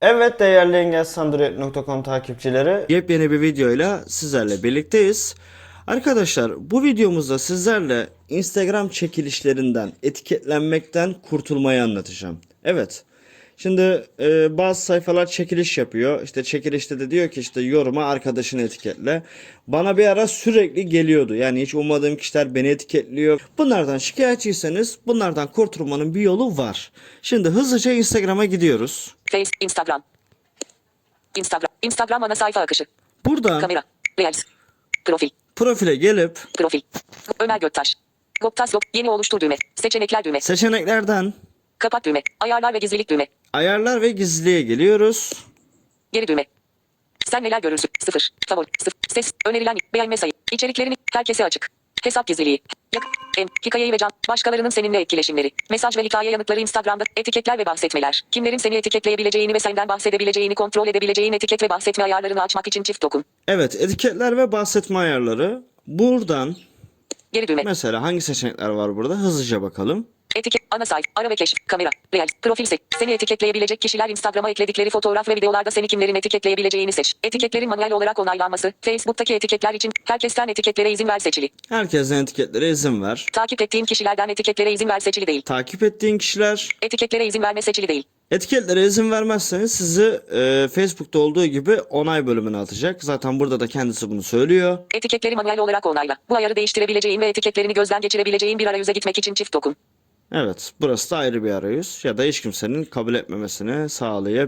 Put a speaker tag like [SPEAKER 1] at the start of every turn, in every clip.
[SPEAKER 1] Evet değerli engelsandroid.com takipçileri.
[SPEAKER 2] Yepyeni bir videoyla sizlerle birlikteyiz. Arkadaşlar bu videomuzda sizlerle Instagram çekilişlerinden, etiketlenmekten kurtulmayı anlatacağım. Evet. Şimdi e, bazı sayfalar çekiliş yapıyor. İşte çekilişte de diyor ki işte yoruma arkadaşını etiketle. Bana bir ara sürekli geliyordu. Yani hiç ummadığım kişiler beni etiketliyor. Bunlardan şikayetçiyseniz bunlardan kurtulmanın bir yolu var. Şimdi hızlıca Instagram'a gidiyoruz.
[SPEAKER 3] Face, Instagram. Instagram. Instagram ana sayfa akışı.
[SPEAKER 2] Buradan
[SPEAKER 3] Kamera. Reels. Profil.
[SPEAKER 2] profile gelip
[SPEAKER 3] Profil. Ömer Göktaş. Göktaş yok. Yeni oluştur düğme. Seçenekler düğme.
[SPEAKER 2] seçeneklerden
[SPEAKER 3] Kapat düğme. Ayarlar ve gizlilik düğme.
[SPEAKER 2] Ayarlar ve gizliye geliyoruz.
[SPEAKER 3] Geri düğme. Sen neler görürsün? Sıfır. Favori. Sıfır. Ses. Önerilen. Beğenme sayı. İçeriklerini. Herkese açık. Hesap gizliliği. Yak. Em. Hikayeyi ve can. Başkalarının seninle etkileşimleri. Mesaj ve hikaye yanıtları Instagram'da. Etiketler ve bahsetmeler. Kimlerin seni etiketleyebileceğini ve senden bahsedebileceğini kontrol edebileceğin etiket ve bahsetme ayarlarını açmak için çift dokun.
[SPEAKER 2] Evet etiketler ve bahsetme ayarları. Buradan
[SPEAKER 3] Geri düğme.
[SPEAKER 2] mesela hangi seçenekler var burada hızlıca bakalım.
[SPEAKER 3] Etiket, ana sayfa, ara ve keşif, kamera, real, profil seç. Seni etiketleyebilecek kişiler Instagram'a ekledikleri fotoğraf ve videolarda seni kimlerin etiketleyebileceğini seç. Etiketlerin manuel olarak onaylanması, Facebook'taki etiketler için herkesten etiketlere izin ver seçili.
[SPEAKER 2] Herkesten etiketlere izin ver.
[SPEAKER 3] Takip ettiğin kişilerden etiketlere izin ver seçili değil.
[SPEAKER 2] Takip ettiğin kişiler
[SPEAKER 3] Etiketlere izin verme seçili değil.
[SPEAKER 2] etiketlere izin vermezseniz sizi e, Facebook'ta olduğu gibi onay bölümüne atacak. Zaten burada da kendisi bunu söylüyor.
[SPEAKER 3] Etiketleri manuel olarak onayla. Bu ayarı değiştirebileceğin ve etiketlerini gözden geçirebileceğin bir arayüze gitmek için çift dokun.
[SPEAKER 2] Evet, burası da ayrı bir arayüz ya da hiç kimsenin kabul etmemesini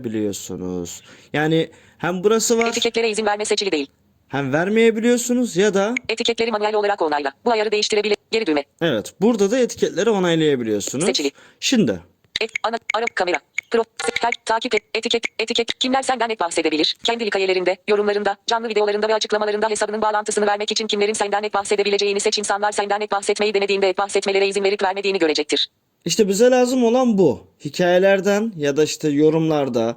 [SPEAKER 2] sağlayabiliyorsunuz. Yani hem burası var,
[SPEAKER 3] Etiketlere izin verme seçili değil.
[SPEAKER 2] hem vermeyebiliyorsunuz ya da
[SPEAKER 3] Etiketleri manuel olarak onayla. Bu ayarı değiştirebilir. Geri düğme.
[SPEAKER 2] Evet, burada da etiketleri onaylayabiliyorsunuz.
[SPEAKER 3] Seçili.
[SPEAKER 2] Şimdi
[SPEAKER 3] Et, E, ana, ara, kamera. Pro, sektör, takip et, etiket, etiket. Kimler senden net bahsedebilir? Kendi hikayelerinde, yorumlarında, canlı videolarında ve açıklamalarında hesabının bağlantısını vermek için kimlerin senden net bahsedebileceğini seç. İnsanlar senden net bahsetmeyi denediğinde net bahsetmelere izin verip vermediğini görecektir.
[SPEAKER 2] işte bize lazım olan bu. Hikayelerden ya da işte yorumlarda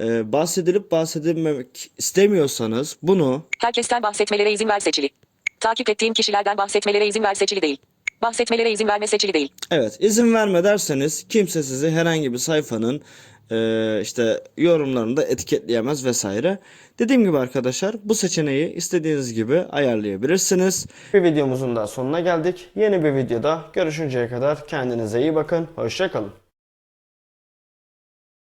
[SPEAKER 2] e, bahsedilip bahsedilmemek istemiyorsanız bunu
[SPEAKER 3] Herkesten bahsetmelere izin ver seçili. Takip ettiğin kişilerden bahsetmelere izin ver seçili değil. Bahsetmelere izin verme seçili değil.
[SPEAKER 2] evet izin verme derseniz kimse sizi herhangi bir sayfanın e, işte yorumlarında etiketleyemez vesaire. Dediğim gibi arkadaşlar bu seçeneği istediğiniz gibi ayarlayabilirsiniz.
[SPEAKER 1] Bir videomuzun da sonuna geldik. Yeni bir videoda görüşünceye kadar kendinize iyi bakın. Hoşçakalın.